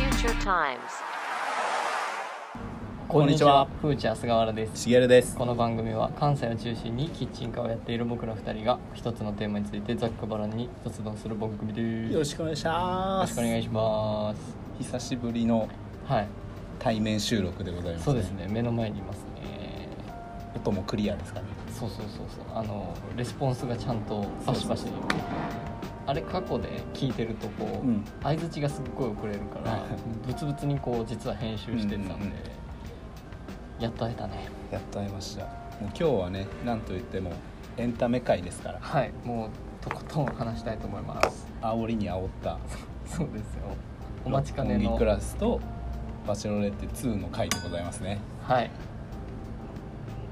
times. ここんんににちちはは、ふーちゃん菅原です。しげるです。この番組は関西を中心にキッチンカーをやっている僕ら二人が一つのテーマについてざっくばらんに雑談する番組です。よよろしくお願いしまろす。しくお願いします。久しぶりのはい、対面収録でございます、そうです。ね、目の前にいますね。音もクリアですかね。そうそうそうそう、あのレスポンスがちゃんとバシバシそう。あれ過去で聞いてるとこう、うん相槌がすっごい遅れるから、ブツブツにこう実は編集してたんで、うんうんうんやっと会えたね。やっと会いました。もう今日はね、なんといってもエンタメ界ですから、はい、もうとことん話したいと思います。煽りに煽ったそうですよ。お待ちかね六本の木ク。ラスとバチェロレッテ2の回でございますね。はい。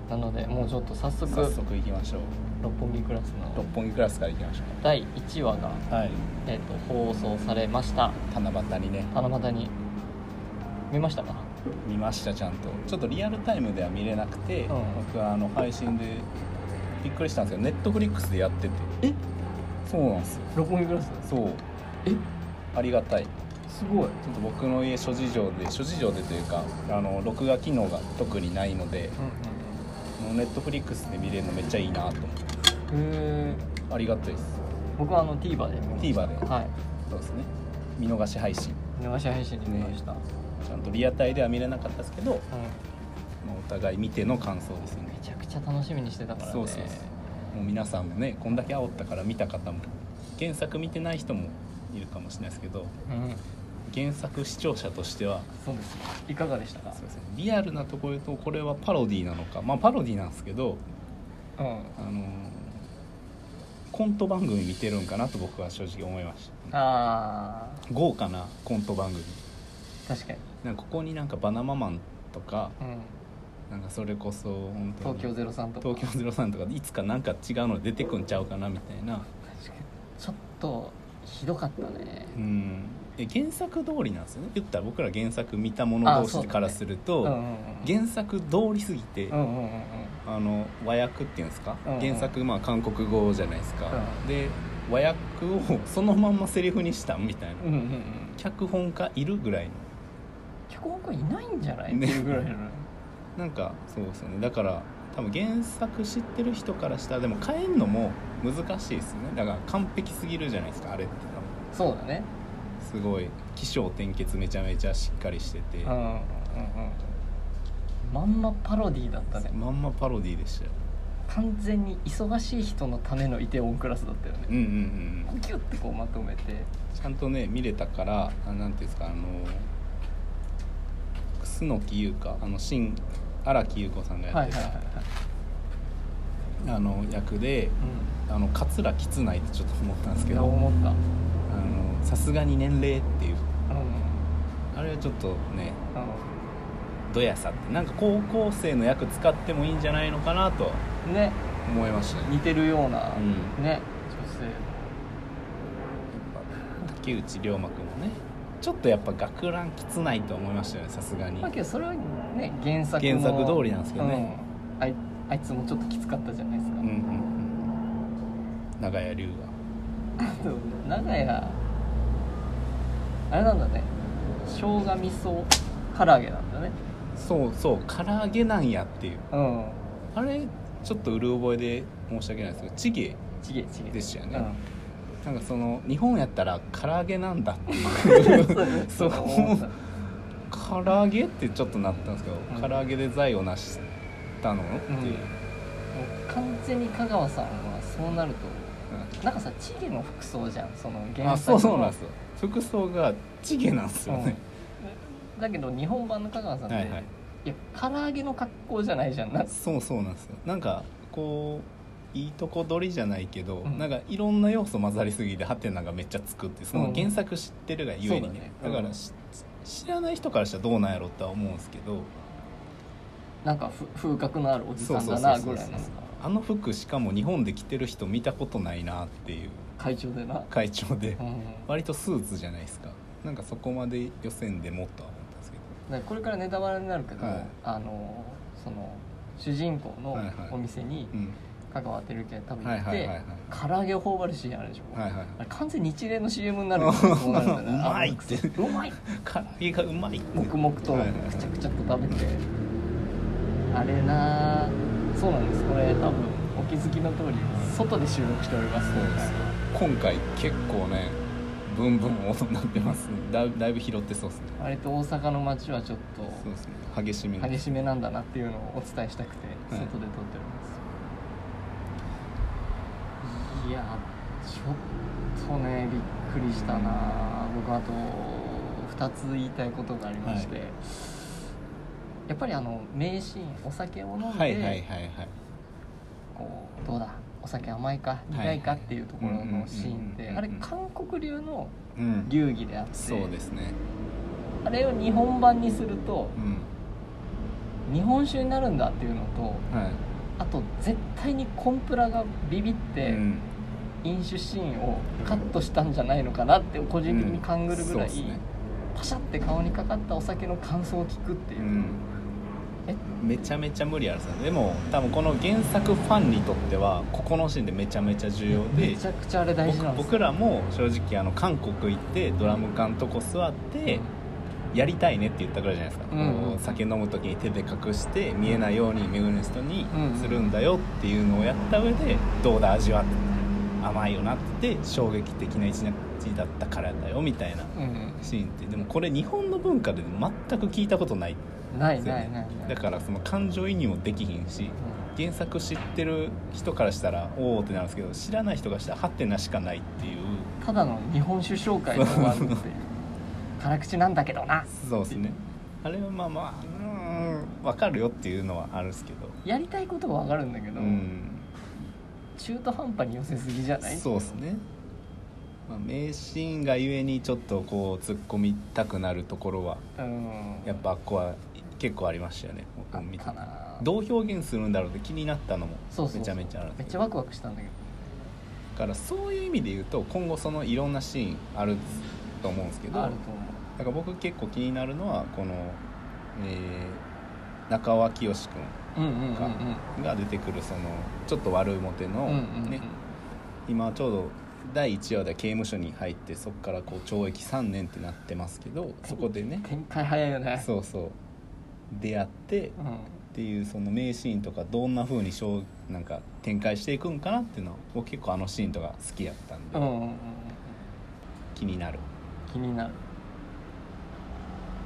なので、もうちょっと早速、早速行きましょう。六本木クラスの六本木クラスから行きましょ第1話が、う。はい。えっと放送されました。七夕にね、七夕に見ましたか？見ましたちゃんと。ちょっとリアルタイムでは見れなくて、ん僕はあの配信でびっくりしたんですけど、ネットフリックスでやってて。え？そうなんですよ。六本木クラス？そうえ？ありがたいちすごい。ょっと僕の家諸事情で諸事情でというかあの録画機能が特にないのでうネットフリックスで見れるのめっちゃいいなと思ってんうんうん。へえ。ありがたいです僕はあの TVer で見ました。 TVer ではい。そうですね見逃し配信見逃し配信で見ました。ちゃんとリアタイでは見れなかったですけど、うまあお互い見ての感想ですよん。ねめちゃくちゃ楽しみにしてたからね。そうそうそうもう皆さんもねこんだけ煽ったから見た方も原作見てない人もいるかもしれないですけどうん。原作視聴者としてはそうです。いかがでしたかそう？ですねリアルなところで言うとこれはパロディなのかまあパロディなんですけどうん。あのーコント番組見てるんかなと僕は正直思いましたあ豪華なコント番組あ、確かに。なんかここになんかバナママンとかうん。なんかそれこそ本当に東京ゼロ三とか。東京ゼロさんとかいつかなんか違うの出てくんちゃうかなみたいな確かにちょっとひどかったねうんえ原作通りなんですよね言ったら僕ら原作見たものあそ同うだ士ねからするうと、んうんうん原作通りすぎて、うんうんうんうんあの和訳っていうんですか、うんうん原作まあ韓国語じゃないですか、うで和訳をそのまんまセリフにしたみたいな、うんうんうん脚本家いるぐらいの脚本家いないんじゃない、ねっていうぐらいのなんかそうですよねだから多分原作知ってる人からしたらでも変えんのも難しいですよねだから完璧すぎるじゃないですかあれって多そうだね分すごい起承転結めちゃめちゃしっかりしてて、うんうんうんうんまんまパロディーだったねまんまパロディでしたよ完全に忙しい人のためのイテウォンクラスだったようんねうんうんうんギュッてこうまとめてちゃんとね見れたからあなんていうんですかあの楠木優香あの新荒木優子さんがやはっいはいてた、はいはいあの役であの桂きつないってちょっと思ったんですうんけいやど思ったあのさすがに年齢っていううんうんあれはちょっとねどやさってなんか高校生の役使ってもいいんじゃないのかなとうんね思いましたね、似てるような、うんね竹内涼真君もねちょっとやっぱ学ランきつないと思いましたよねさす女が性にまあけどそれはね原作原の作通りなんですけどね、うんあいあいつもちょっときつかったじゃない ですか、うんうんうん長屋龍でも長屋あれなんだね生姜味噌唐揚げなんだねがそうそう唐揚げなんやっていううんあれちょっとうる覚えで申し訳ないですけどチゲちげちげでしたようね、んなんかその日本やったら唐揚げなんだっていう そう思った唐揚げってちょっとなったんですけど、うん唐揚げで財を成したのってうんもいうう、完全に香川さんはそうなるとなんかさちげの服装じゃんそのうん原あ作そのうそうなんですよ服装がチゲなんですよね、うんだけど日本版の香川さんって、はいいはいや唐揚げの格好じゃないじゃんなそうそうなんですよなんかこういいとこ取りじゃないけど、うんなんかいろんな要素混ざりすぎてハテナがめっちゃつくってその原作知ってるがゆえうんそにね,、うだねうんだからし知らない人からしたらどうなんやろっては思うんですけどなんかふ風格のあるおじそさうんそうだそうなそぐうらいのあの服しかも日本で着てる人見たことないなっていう会長でな、会長でうん、だか割とスーツじゃないですかなんかそこまで予選でもっとは思ったんですけらこれからネタバレになるけど、はいあのその主人公のはいはいお店にどうん香川照之が多分はい行っはいはいて、はい唐揚げを頬張るシーンあるでしょ、はいはいあれ完全に一連の CM になるよねそうなるんだ うなまいってあうまい唐揚げがうまいって黙々とはいはいはいくちゃくちゃっと食べてあれなあそうなんですこれ多分お気づきの通り外で収録しておりますそうですよ今回結構ねブンブン音になってますねだいだいぶ拾ってそうですね割と大阪の街はちょっそうですね激しめとに激しめなんだなっていうのをお伝えしたくては外いで撮っております、い、やちょっとねびっくりしたなあ僕あと2つ言いたいことがありまして、はいやっぱりあの名シーンお酒を飲んで、はいはいはいはいこうどうだお酒甘いかい苦いかっていうところのシーンっうんてうんうんうんあれ韓国流のうん流儀であってそうですねあれを日本版にするとうん日本酒になるんだっていうのとはいあと絶対にコンプラがビビっうてん飲酒シーンをカットしたんじゃないのかなって個人的に勘ぐるぐらいうんそうですねパシャって顔にかかったお酒の感想を聞くっていううんえめちゃめちゃ無理あるさでも多分この原作ファンにとってはここのシーンでめちゃめちゃ重要でめちゃくちゃあれ大事なん僕です僕らも正直あの韓国行ってドラム缶とこ座ってやりたいねって言ったぐらいじゃないですか、うんこう酒飲む時に手で隠して見えないようにメグネストにするんだよっていうのをやった上でどうだ味はって甘いよなって衝撃的な一日だったからだよみたいなうんシーンってでもこれ日本の文化で全く聞いたことないないですよないねないないだからその感情移入もできひんしうん原作知ってる人からしたらおおってなるんですけど知らない人がしたらハテナしかないっていうただの日本酒紹介で終わるっていう辛口なんだけどなそうですねあれはまあまあうーん分かるよっていうのはあるんですけどやりたいことは分かるんだけうど、ん中途半端に寄せすぎじゃないそうですね、まあ、名シーンがゆえにちょっとこう突っ込みたくなるところはうんやっぱあっこは結構ありましたよねあ僕もっ見てたなどう表現するんだろうって気になったのもそうそうそうめちゃめちゃあるんめでっちすけゃどワクワクしたんだけだからそういう意味で言うと今後そのいろんなシーンあると思うんですけどどあだるかと思ら僕結構気になるのはこの、えー中尾清君ううんうんうんかが出てくるそのちょっと悪いモテうんうの、んうんうんね今ちょうど第1話で刑務所に入ってそこからこう懲役3年ってなってますけどそこでね展開早いよねそうそう出会ってうん、っていうその名シーンとかどんな風にしょうなんか展開していくんかなっていうのを結構あのシーンとか好きやったんで、うんうんうん、気になる、気になる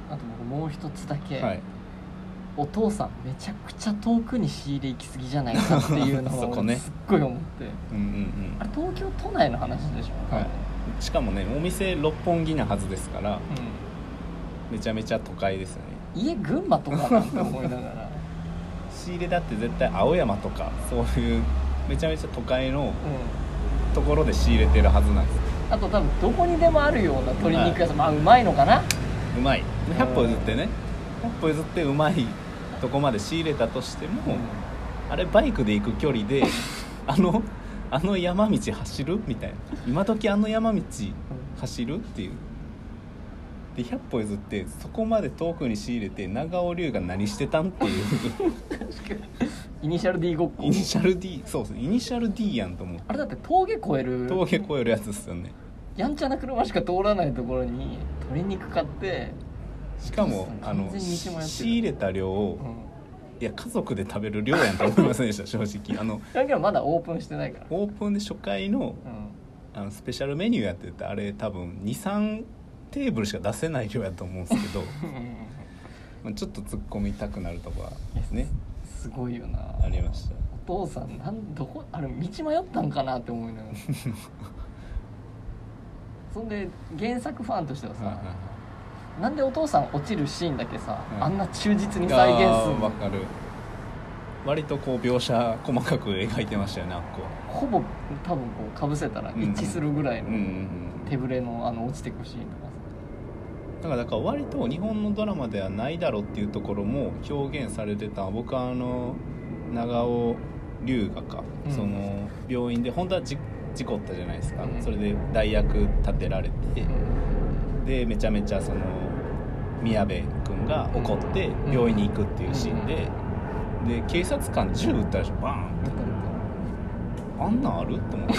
あと僕もう一つだけ、はいお父さんめちゃくちゃ遠くに仕入れ行きすぎじゃないかっていうのそをこねすっごい思って、うんうんあれ東京都内の話でしょ、はいうん、しかもねお店六本木なはずですからめちゃめちゃ都会ですよねうん、家群馬とかなんて思いながら仕入れだって絶対青山とかそういうめちゃめちゃ都会のうところで仕入れてるはずなんですんあと多分どこにでもあるような鶏肉屋さん、まあうまいのかなうまい100歩譲ってね100歩譲ってうまいとこまで仕入れたとしても、あれバイクで行く距離で あのあの山道走るみたいな今時あの山道走るっていうで100歩譲ってそこまで遠くに仕入れて長尾龍が何してたんっ ていうイニシャル D ごっこイニシャル D そうそうイニシャル D やんと思うあれだって峠越える峠越えるやつですよねやんちゃな車しか通らないところに鶏肉買って、しかもあ完の全に道迷ってる仕入れた量をう、ん、いや家族で食べる量やんと思いませんでした正直あのだけどまだオープンしてないから、オープンで初回のうん、あのスペシャルメニューやっててあれ多分23テーブルしか出せない量やと思うんですけど まあちょっと突っ込みたくなるとこはねすごいよなありましたお父さんなんどこあれ道迷ったんかなって思いな がらそんで原作ファンとしてはさ、はいはいはいなんでお父さん落ちるシーンだけさ、はいあんな忠実に再現するあーわのかる割とこう描写細かく描いてましたよねあっこはほぼ多分こうかぶせたらうん一致するぐらいうんのうんう手ぶれのあの落ちてくシーンとかんなんかだから割と日本のドラマではないだろうっていうところも表現されてた僕はあの長尾龍河か、うんその病院で本当はじ事故ったじゃないですか、うんそれで代役立てられて、さ、でめちゃめちゃその宮部君が怒ってうん病院に行くっていうシーンで、で警察官銃撃ったでしょバーンってうんあんなんあると思っ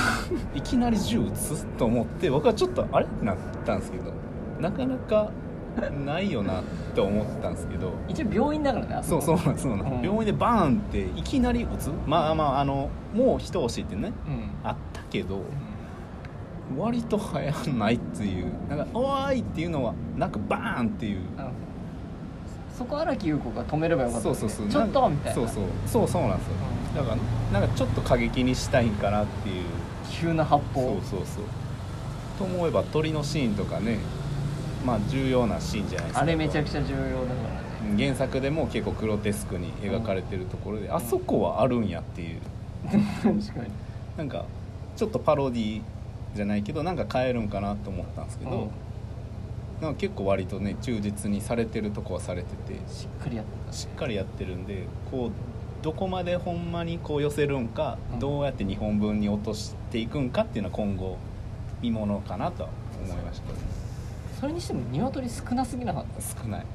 ていきなり銃撃つと思って僕はちょっとあれってなったんですけどなかなかないよなって思ったんですけど一応病院だからねあそうこそうなんそうなん、うん病院でバーンっていきなり撃つまあまああのもう一押しってねうんあったけどう割と流行んないっていうなんか「おーい!」っていうのはなくバーンっていうんあのそこ荒木優子が止めればよかったそねうそうそうちょっなとんみたいなそうそうそうそうなんですようだからなんかちょっと過激にしたいんかなっていう急な発そう砲そうそうと思えば鳥のシーンとかねまあ重要なシーンじゃないですかあれめちゃくちちゃ重要だからねゃ原作でも結構グロテスクに描かれてるところで、あそこはあるんやっていう 確かになんかちょっとパロディじゃないけどなんか変えるんかなと思ったんですけど、うんなんか結構割とね忠実にされてるとこはされててしっかりやってしっかりやってるんでこうどこまでほんまにこう寄せるんか、うんどうやって日本文に落としていくんかっていうのは今後見ものかなとは思いましたけどたそれにしても鶏少なすぎなかっ少ない、た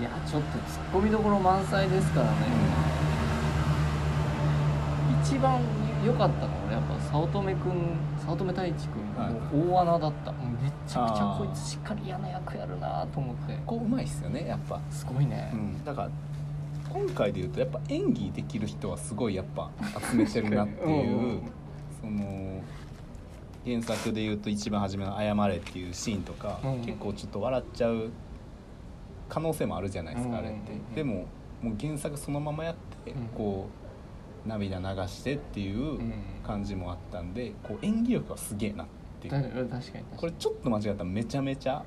いやちょっとツッコミどころ満載ですからね一番良かったのは俺やっぱ早乙女くん早乙女太一くんはいもう大穴だった、もうめちゃくちゃこいつしっかり嫌な役やるなと思ってこううまいっすよねやっぱ、すごいね、うん、だから今回で言うとやっぱ演技できる人はすごいやっぱ集めてるなって いうう、んうんその原作で言うと一番初めの「謝れ」っていうシーンとか、うん結構ちょっと笑っちゃう可能性もあるじゃないですか、あれってうんうんうんでももう原作そのままやって、うんこう涙流してっていううん感じもあったんでこう演技力はすげえなっていう、だ確かに確かにこれちょっと間違ったらめちゃめちゃ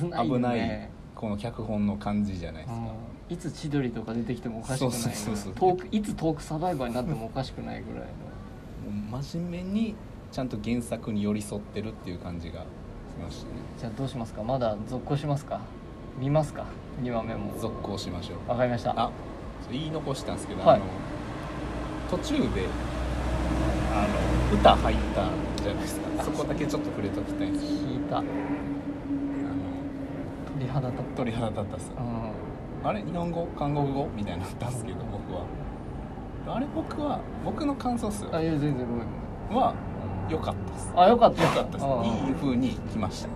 危ないよ危ないねこの脚本の感じじゃないですか、うんいつ千鳥とか出てきてもおかしくないそうそうそうそうトークいつトークサバイバーになってもおかしくないぐらいのもう真面目にちゃんと原作に寄り添ってるっていう感じがしましたねじゃあどうしますかまだ続行しますか見ますか2話目も続行しましょうわかりましたあ言い残したんですけど、はいあの途中であの歌入ったじゃないですかそこだけちょっと触れときたいんです聞いたあ鳥肌立っの鳥肌立ったっすたうんあれ日本語韓国語みたいになったんですけど僕はあれ僕は僕の感想っすよあいや全然ごめんごめんは良かったっすあよかった良かったですうんいい風に来ました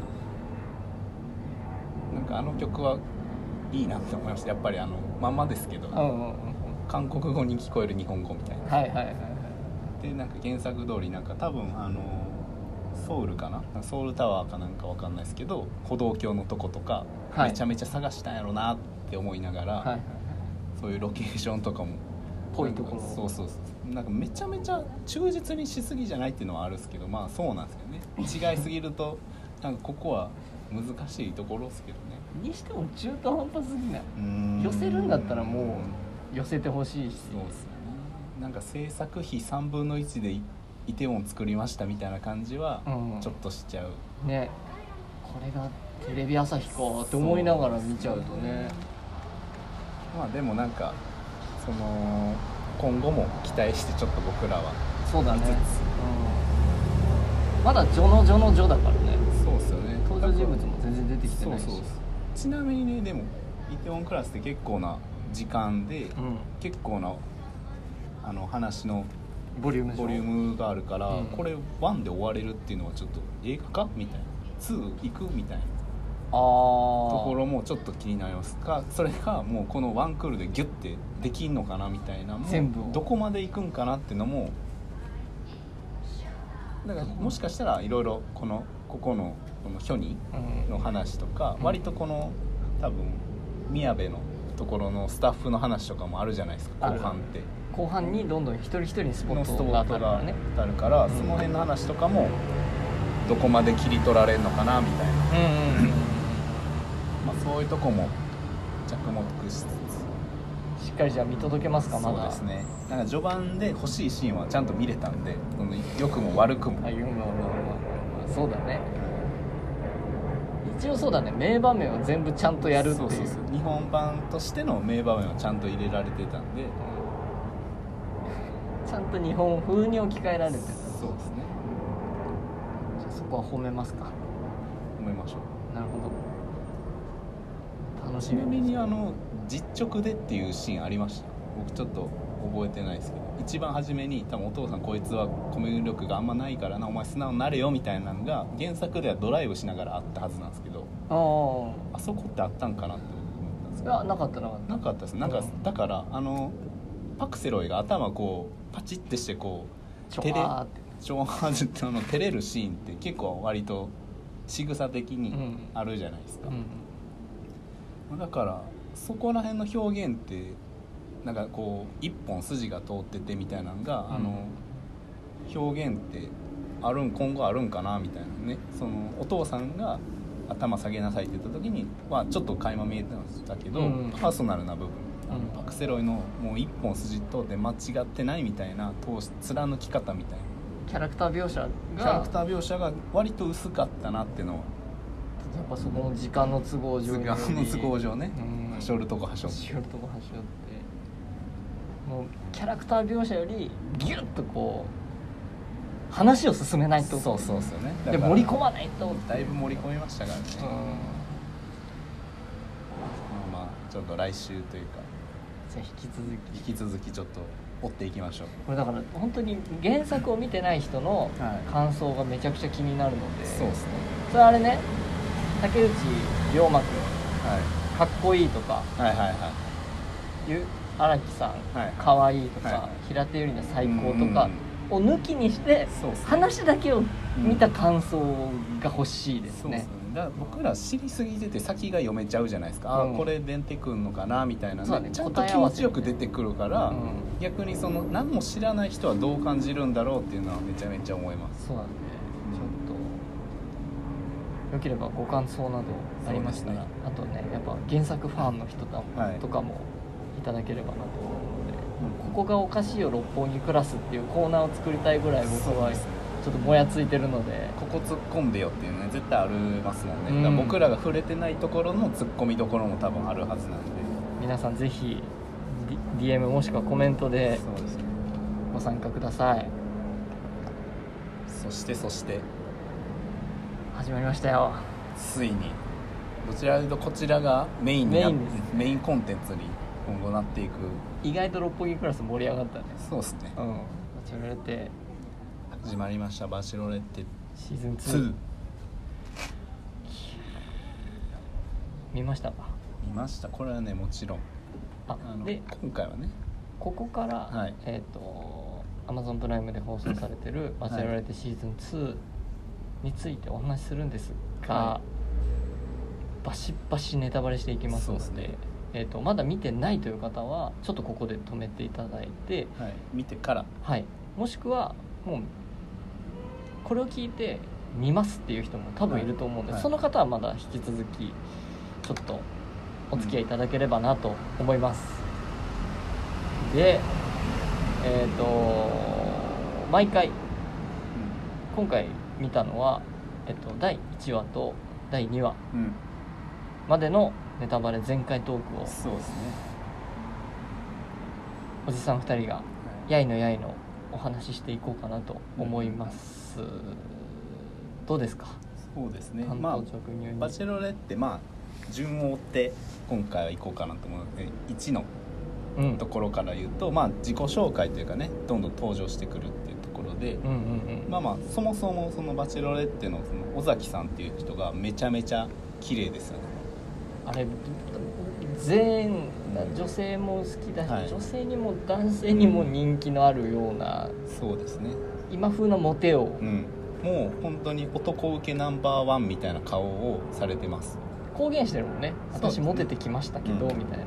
なんかあの曲はいいなって思いましたやっぱりあのまんまですけどうんうんうん韓国語に聞こえる日本語みたいなはいはいはいはいでなんか原作通りなんか多分あのソウルかなソウルタワーかなんかわかんないですけど歩道橋のとことか、はいめちゃめちゃ探したんやろなって思いながら、はいはいそういうロケーションとかもぽいところそうそうそうなんかめちゃめちゃ忠実にしすぎじゃないっていうのはあるんですけどまあそうなんですよね違いすぎるとなんかここは難しいところですけどねにしても中途半端すぎないうーん寄せるんだったらもう寄せてほしいしそうですよねなんか制作費3分の1でイイテウォン作りましたみたいな感じはうんちょっとしちゃう、ねこれがテレビ朝日かって思いながら見ちゃうとねまあでもなんかその今後も期待してちょっと僕らはそうだね見つつうんまだ序の序の序だからねそうですよね登場人物も全然出てきてそなういしそうそうちなみにねでもイテウォンクラスって結構な時間で、う結構なあの話のんボリュームでしょボリュームがあるから、うんこれ1で終われるっていうのはちょっと映画かみたいな2行くみたいなあとあころもちょっと気になりますかそれかもうこのワンクールでギュッてできんのかなみたいなもう全部をどこまで行くんかなっていうのもだからもしかしたらいろいろこのここのこの虚にうんの話とか割とこの多分宮部のところのスタッフの話とかもあるじゃないですかあ後る半って後半にどんどん一人一人にスポのッストトがー当トたるかがらねあるから、うんその辺の話とかもどこまで切り取られるのかなみたいな、うんうんうんまあ、そういうとこも着目しつつしっかりじゃあ見届けますかまそうだですねなんか序盤で欲しいシーンはちゃんと見れたんでその良くも悪くも、あユーモアまあまあまあそうだね一応そうだね名場面を全部ちゃんとやるっていうそうそうそう日本版としての名場面はちゃんと入れられてたんでうんちゃんと日本風に置き換えられてるそうですねじゃあそこは褒めますか思いましょうなるほど楽しちなみみにあの実直でっていうシーンありました僕ちょっと覚えてないですけど一番初めに多分お父さんこいつはコミュ力があんまないからなお前素直になれよみたいなのが原作ではドライブしながらあったはずなんですけどああそこってあったんかなって思ったんですあいけどやなかったなかったなかったですなんかだからあのパクセロイが頭こうパチってしてこちょ手であーってうちょーずってあの照れるシーンって結構割と仕草的にあるじゃないですか、うんだからそこら辺の表現ってなんかこう一本筋が通っててみたいなのが、うんあの表現ってあるん今後あるんかなみたいなねそのお父さんが頭下げなさいって言った時にはちょっと垣間見えてましたけど、うんパーソナルな部分あのうんパクセロイのもう一本筋通って間違ってないみたいな通し貫き方みたいなキャラクター描写がキャラクター描写が割と薄かったなっていうのはやっぱそこの時間の都合上図に鑑の都合上ね、うんはしょるとこはしょってしよるとこ端折ってもうキャラクター描写よりギュッとこう話を進めないとそうそうそうねでだから盛り込まないとだいぶ盛り込みましたからね、うまあまあちょっと来週というかんじゃあ引き続き引き続きちょっと追っていきましょうこれだから本当に原作を見てない人のはい感想がめちゃくちゃ気になるので、そうですねそれあれね竹内涼真君はいかっこいいとかはいはいはいゆ荒木さんはいかわいいとか、は平手友梨奈最高とかを抜きにしてそうっすね話だけを見た感想が欲しいですそうですねね。だから僕ら知りすぎてて先が読めちゃうじゃないですか、うんあこれ出てくんのかなみたいなねそうだねちゃんと答え気合わ持せちよく出てくるから、うん逆にその何も知らない人はどう感じるんだろうっていうのはめちゃめちゃ思いますそうなんでちょっとよければご感想などありましたら、そうあとねやっぱ原作ファンの人とか,、はいとかもいただければなと思うので「ここがおかしいよ六本木クラス」っていうコーナーを作りたいぐらい僕そうはでちすねょっともやついてるのでここ突っ込んでよっていうね絶対ありますもんね、うんだから僕らが触れてないところの突っ込みどころも多分あるはずなんで皆さんぜひ D- DM もしくはコメントでそうですねご参加くださいそしてそして始まりましたよついにどちらとこちらがメインになメイっンですメインコンテンツに今後なっていく意外と六本木クラス盛り上がったねそうですねうん立ち寄られて始まりました「バチロレッテシーズン2 2」見ましたか見ましたこれはねもちろんああので今回はねここから、はいえっ、と Amazon プライムで放送されてる「バチェロレッテシーズン2」についてお話しするんですが、はバシバシネタバレしていきますのでそうですねえー、とまだ見てないという方はちょっとここで止めていただいて、はい見てからはい、もしくはもうこれを聞いて見ますっていう人も多分いると思うんで、はいその方はまだ引き続きちょっとお付き合いいただければなと思います、でえっ、と毎回今回見たのは、えっと第1話と第2話うん、うん、までのネタバレ全開トークをそうですね、おじさん2人がはいやいのやいのお話ししていこうかなと思います、どうですかそうですね単まあ刀直入に、バチェロレってまあ順を追って今回は行こうかなと思うので1のうんところから言うとまあ自己紹介というかねどんどん登場してくるっていうところでうんうんうんまあまあそもそもそのバチェロレってのその尾崎さんっていう人がめちゃめちゃ綺麗ですよねあれ全員女性も好きだし、はい女性にも男性にも人気のあるようなそうですね今風のモテをうんもう本当に男受けナンバーワンみたいな顔をされてます公言してるもんねそうです私ねモテてきましたけど、うんみたいな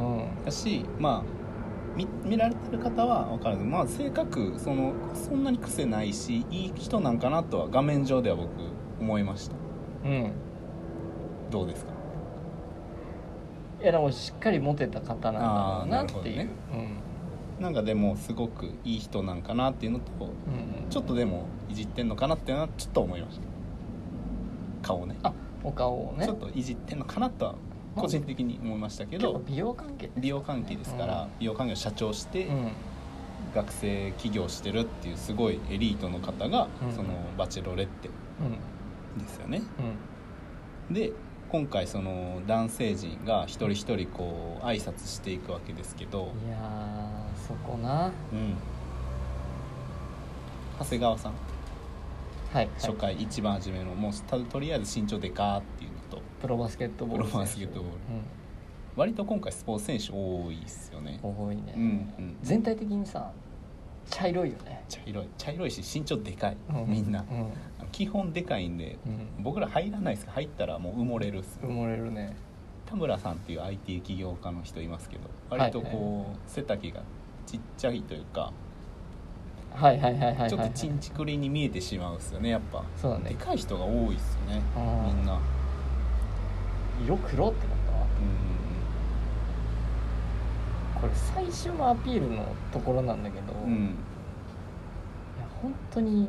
うんだしまあ見見られてる方は分かるまあ性格そのそんなに癖ないしいい人なんかなとは画面上では僕思いましたうんどうですかいやでもしっかりモテた方なんだろうなっていう、あーなるなんかでもすごくいい人なんかなっていうのとうん、うんうん、ちょっとでもいじってんのかなっていうのはちょっと思いました顔ねあお顔をねちょっといじってんのかなとは個人的に思いましたけ結構ど美容関係美容関係ですから、うん美容関係を社長して、うん学生起業してるっていうすごいエリートの方が、うんそのバチェロレッテうんですよねうんで今回その男性陣が一人一人こう挨拶していくわけですけど、いやーそこなうん、長谷川さんはい、初はい、回一番初めのもうたとりあえず身長でかーっていうのとプロバスケットボール選手プロバスケットボール割と今回スポーツ選手多いっすよねうん、多いね、うんうん全体的にさ茶色いよね、茶色い茶色いし身長でかい、うみんなう、ん基本でかいんで、うん僕ら入らないですけど入ったらもう埋もれるっす埋もれるね田村さんっていう IT 起業家の人いますけど割とこう、背丈がちっちゃいというかはいはいはいはいはい、はい、ちょっとちんちくりんに見えてしまうっすよねやっぱそうだねでかい人が多いっすよねあーみんな色黒ってなったわうこれ最初のアピールのところなんだけど、んうんうんいや本当に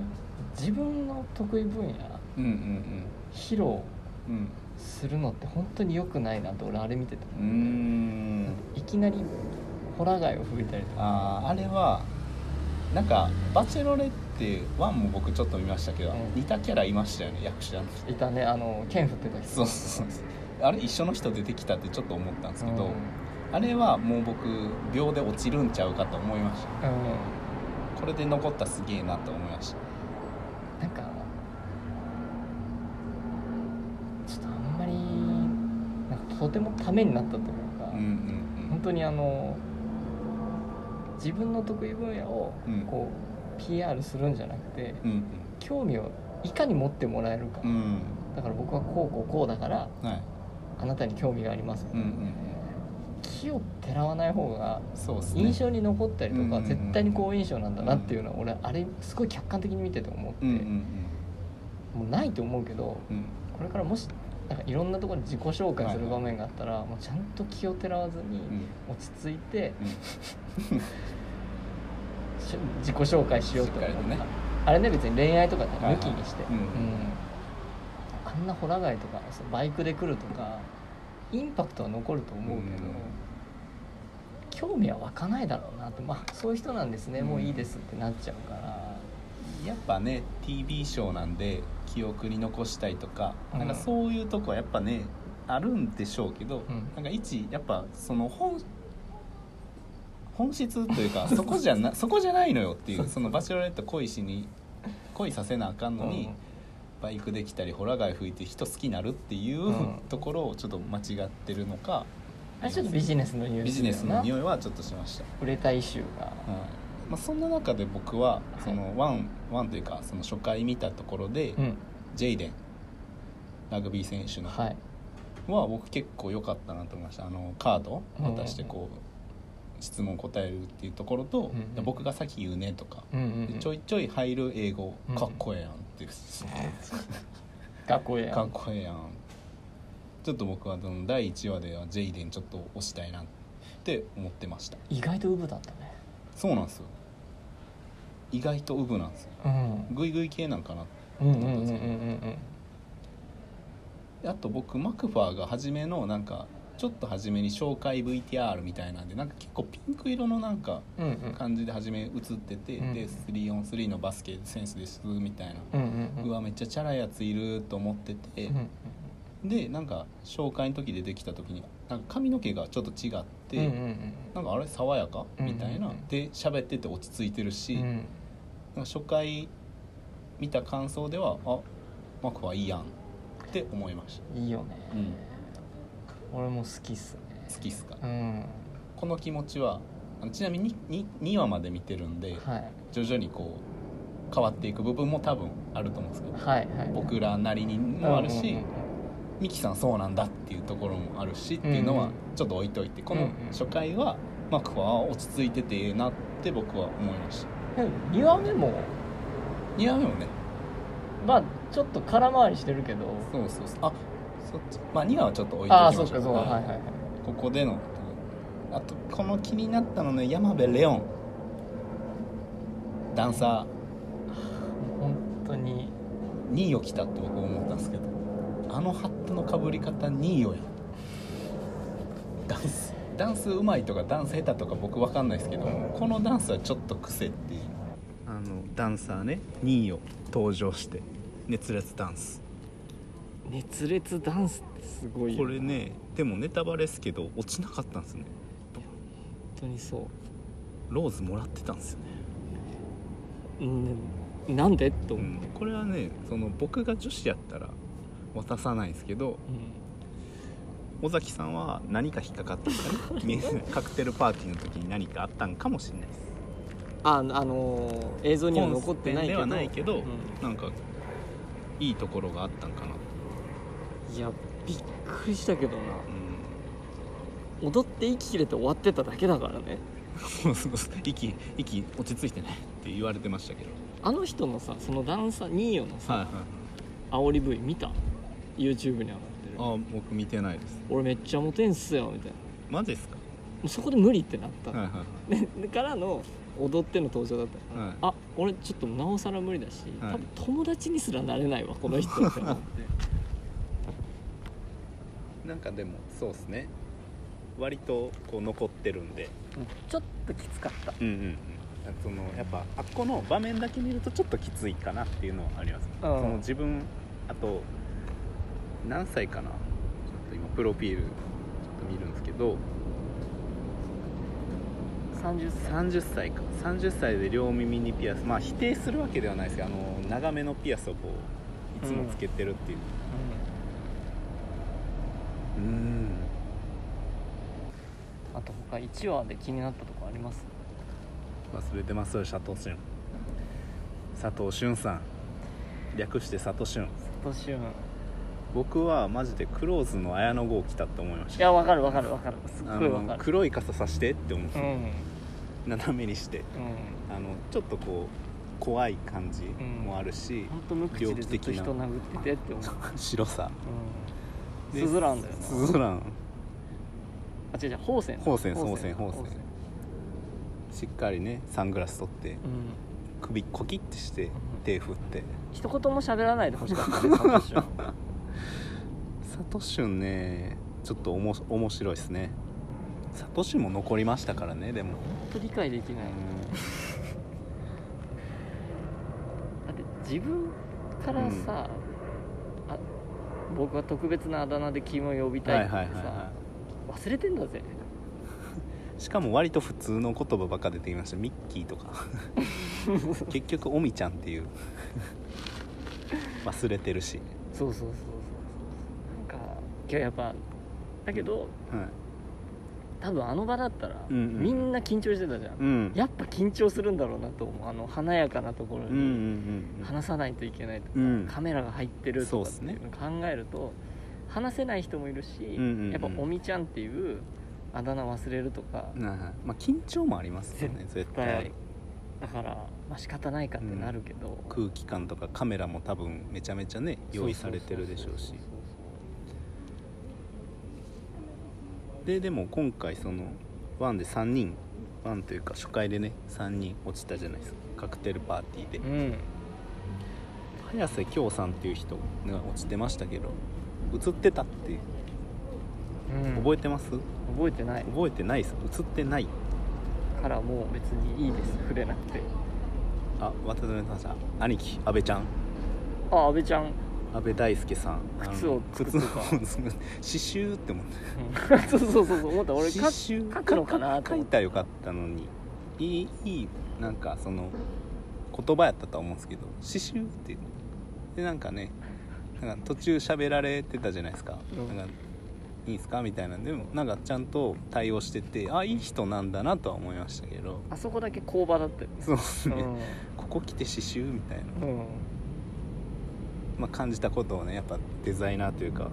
自分の得意分野うんうん披露うんうんするのって本当に良くないなって俺あれ見てたうーんいきなりホラ貝を吹いたりとかあーあれはなんか「バチェロレッテ1」も僕ちょっと見ましたけど、うん似たキャラいましたよね役者の人いたねあの剣振ってた人そうそうそうあれ一緒の人出てきたってちょっと思ったんですけど、うんあれはもう僕秒で落ちるんちゃうかと思いましたうんこれで残ったすげえなと思いましたなんかちょっとあんまりなんかとてもためになったというか、うんうん本当にあの自分の得意分野をうんこう、PR するんじゃなくて、うんうん興味をいかに持ってもらえるか、うんうんだから僕はこうこうこうだからはいあなたに興味があります、うんうんうん木をてらわない方がそうですね印象に残ったりとうんうんか、うん絶対に好印象なんだなっていうのは俺あれすごい客観的に見てて思って、うんうんもうないと思うけどうんうんこれからもしなんかいろんなところに自己紹介する場面があったら、もうちゃんと気をてらわずにうん落ち着いて、うんし自己紹介しようと思ったしっかりとねあれね別に恋愛とかじゃはいはい抜きにして、うんあんなホラ貝とかそうバイクで来るとかインパクトは残ると思うけど、うん興味は湧かないだろうなってまあそういう人なんですね、うんもういいですってなっちゃうからやっぱね TV ショーなんで記憶に残したいとか,、うんなんかそういうとこはやっぱねあるんでしょうけど、うんなんか一やっぱその本本質という かそこじゃなそこじゃないのよっていうそのバチェロレット恋しに恋させなあかんのに、うんバイクできたりホラ貝吹いて人好きになるっていう、うんところをちょっと間違ってるのかあれちょっとビジネスの匂いビジネスのい匂いはちょっとしました。売れたイシューがはいまあ、そんな中で僕はそのワンワンというかその初回見たところで、うんジェイデンラグビー選手のはいは僕結構良かったなと思いましたあのカード渡してこう質問答えるっていうところうとんうん僕が先言うねとかうんでちちょょいいちょい入る英語うんかっこええやんってかっこええやんかっこええやんちょっと僕はその第1話ではジェイデンちょっと押したいなって思ってました意外とウブだったねそうなんですよ意外とウブなんですようんグイグイ系なんかなうんうんうんうんうんあと僕マクファーが初めのなんかちょっと初めに紹介 VTR みたいなんでなんか結構ピンク色のなんかうんうんうん感じで初め映ってて、うんで 3on3 のバスケ選手ですみたいな、うんうんうわめっちゃチャラいやついると思っててうん、でなんか紹介の時出てきた時になんか髪の毛がちょっと違って、うんうんなんかあれ爽やかうんみたいな、で喋ってて落ち着いてるうし、んうなんんか初回見た感想ではあマクファーいいやんって思いました、いいよね、うん俺も好きっすね好きっすかうんこの気持ちはあのちなみに 2, 2話まで見てるんではい徐々にこう変わっていく部分も多分あると思うんですけどはいはい僕らなりにもあるし、うんうんミキさんそうなんだっていうところもあるしっていうのうはんちょっと置いといてこうのんうん初回はマクファーは落ち着いててええなって僕は思いましたうん2話目も2話目もねまあちょっと空回りしてるけどそうそうそうあそっちまあ2話はちょっと置いときあまあしそょううかそうかはいはいはいここでのあとこの気になったのね山辺レオンダンサ本当にーニーヨ来たって僕思ったんですけどあのハットのかぶり方ニーヨやダンスダンスうまいとかダンス下手とか僕わかんないですけど、このダンスはちょっと癖っていうあのダンサーねニーヨ登場して熱烈ダンス熱烈ダンスってすごいこよれねでもネタバレですけど落ちなかったんですね本当にそローズもらってたんですよね、う、うん、なんでとう思う、ん、これはねその僕が女子やったら渡さないんですけど尾崎さんは何か引っかかったんかね みんなカクテルパーティーの時に何かあったんかもしれないですああのー映像には残ってないけでどはないけど、うんなんかいいところがあったんかな、いやびっくりしたけどなう踊って息切れて終わってただけだからねん、 そうそうそう息息落ち着いてねって言われてましたけどあの人のさそのダンサーニーヨのさ、はいはい煽り V 見た YouTube に上がってるああ僕見てないです俺めっちゃモテんすよみたいなもマジですかうそこで無理ってなった、はいはで からの踊っての登場だったから、はいあ俺ちょっとなおさら無理だし、はい多分友達にすらなれないわこの人って 思っていなんかでもそうですね割とこう残ってるんでちょっときつかったうんうんうんそのやっぱあっこの場面だけ見るとちょっときついかなっていうのはあります、その自分あと何歳かなちょっと今プロフィールちょっと見るんですけど30歳30歳か30歳で両耳にピアスまあ否定するわけではないですけどあの長めのピアスをこういつもつけてるっていううんあと他1話で気になったとこあります忘れてますよ佐藤俊佐藤俊さん略して佐藤俊佐藤俊僕はマジでクローズの綾野剛来たって思いましいたやわかるわかるわかるすっあごいわかのる黒い傘さしてって思って、うんうん斜めにしてあのちょっとこう怖い感じもあるし、本当無口でずっと人殴っててって思う、白さうん、でスズランだよなスズランあ違う違うホウセンホウセンホウセンホウセンしっかりねサングラス取ってうん首コキッてして手振って一言も喋らないでほしかったね サトシはサトシュンねちょっとおも面白いですねサトシュンも残りましたからねでも本当理解できないだって自分からさ、あ僕は特別なあだ名で君を呼びはいたはいっいてさはい、は忘れてんだぜい、しかも割と普通の言葉ばっか出てきましたミッキー とか結局オミちゃんっていう忘れてるし、そうそうそうそうなんかいややっぱだけどは多分あの場だったら、うんうんみんな緊張してたじゃん、い、うんやっぱ緊張するんだろうなと思うあの華やかなところうんうんにうん話さないといけないとか、うんカメラが入ってるとかっそてうっいすねうのを考えると話せない人もいるし、んうんうんやっぱ「おみちゃん」っていうあだ名忘れるとか、はいはいまあ緊張もありますよね絶対絶対だから、まあ仕方ないかってなるけど、空気感とかカメラも多分めちゃめちゃね用意されてるでしょうしそそででも今回そのワンで3人ワンというか初回でね3人落ちたじゃないですかカクテルパーティーでうそうそううん早瀬京さんっていう人が落ちてましたけど映ってたってうん覚えてます、覚えてない覚えてないです映ってないからもう別にいいです触れなくてあ渡辺さんさ兄貴阿部ちゃんあ阿部ちゃん、 うん、阿部大輔さんあの靴を作ってた靴を作って刺繍って思ってそうそうそうそう思った俺刺か繍書くのかなと書思いったらよかったのにいいいいなんかその言葉やったと思うんですけど刺繍っていうでなんかねなんか途中喋られてたじゃないですか,、うんなんかいいんすかみたいなでもなんかちゃんと対応しててあいい人なんだなとは思いましたけどあそこだけ工場だったよねそうですね、うんここ来て刺繍みたいな、うんまあ、感じたことをねやっぱデザイナーというか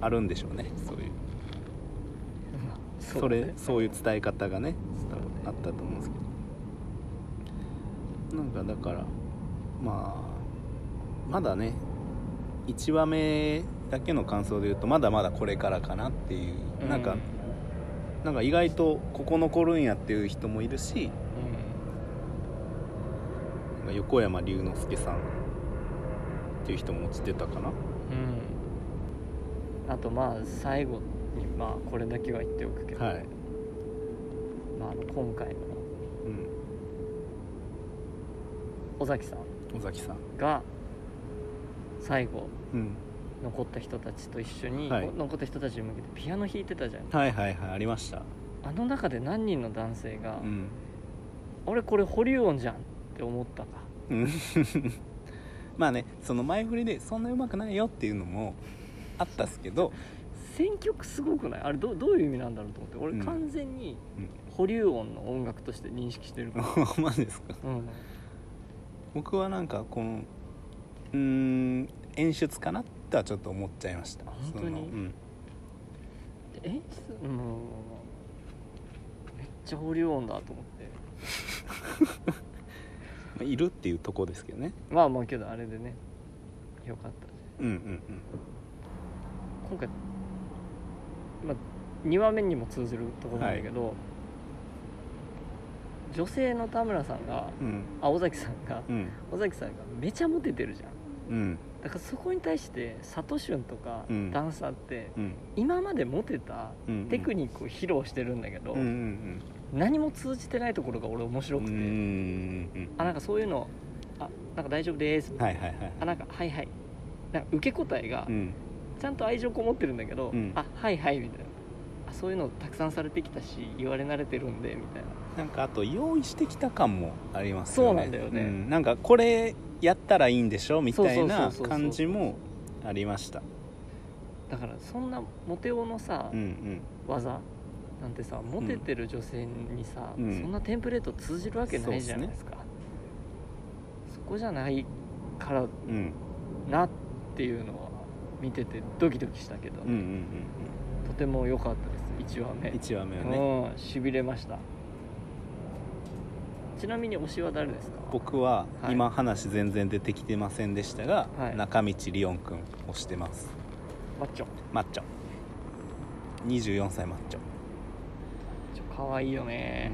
あるんでしょうねそういうそ,、うだねれそういう伝え方がねそうだねあったと思うんですけどなんかだからまあまだね1話目だけの感想で言うとまだまだこれからかなっていう、うんなんかなんか意外とここ残るんやっていう人もいるしなんか横山龍之介さんっていう人も落ちてたかなうん、うん、あとまあ最後にまあこれだけは言っておくけど、はい、まあ、あの今回のうん、尾崎さん尾崎さんが最後うん残った人たちと一緒に、はい残った人たちに向けてピアノ弾いてたじゃん、はいはいはいありましたあの中で何人の男性が「うん俺これ保留音じゃん」って思ったかうん まあねその前振りでそんなうまくないよっていうのもあったっすけど、 選曲すごくないあれどうどういう意味なんだろうと思って俺うん完全にうん、保留音の音楽として認識してるから、マジですかうん、僕はなんかこのうーん演出かなとはちょっと思っちゃいましたあ本当にそのうん演出うんめっちゃ保留音だと思ってまあいるっていうとこですけどねまあまあけどあれでねよかったうんうん今回、まあ、2話目にも通ずるところなんだけど、女性の田村さんがうんうんあ尾崎さん がうん尾崎さんがめちゃモテてるじゃんうんだからそこに対してサトシュンとかうんダンサーってうん今までモテたうんテクニックを披露してるんだけど、うんうん何も通じてないところが俺面う白んくて、うんうんあなんかそういうのあなんか大丈夫です、はいはいはいあなんかはいはいなんか受け答えがうんちゃんと愛情こもってるんだけど、うんあはいはいみたいなあそういうのたくさんされてきたし言われ慣れてるんでみたいななんかあと用意してきた感もありますよねそうなんだよねんなんかこれやったらいいんでしょみたそういそうなそうそう感じもありましただからそんなモテ男のさ、うん技なんてさモテてる女性にさ、うんそんなテンプレート通じるわけないじゃないですかそこじゃないからうんうんなっていうのは見ててドキドキしたけど、うんうんうんとても良かったです1話目うん1話目はねうんしびれましたちなみに推しは誰ですか僕ははい今話全然出てきてませんでしたが、はい中道リオン君をしてますマッチョマッチョ24歳マッチョちょ可愛いようね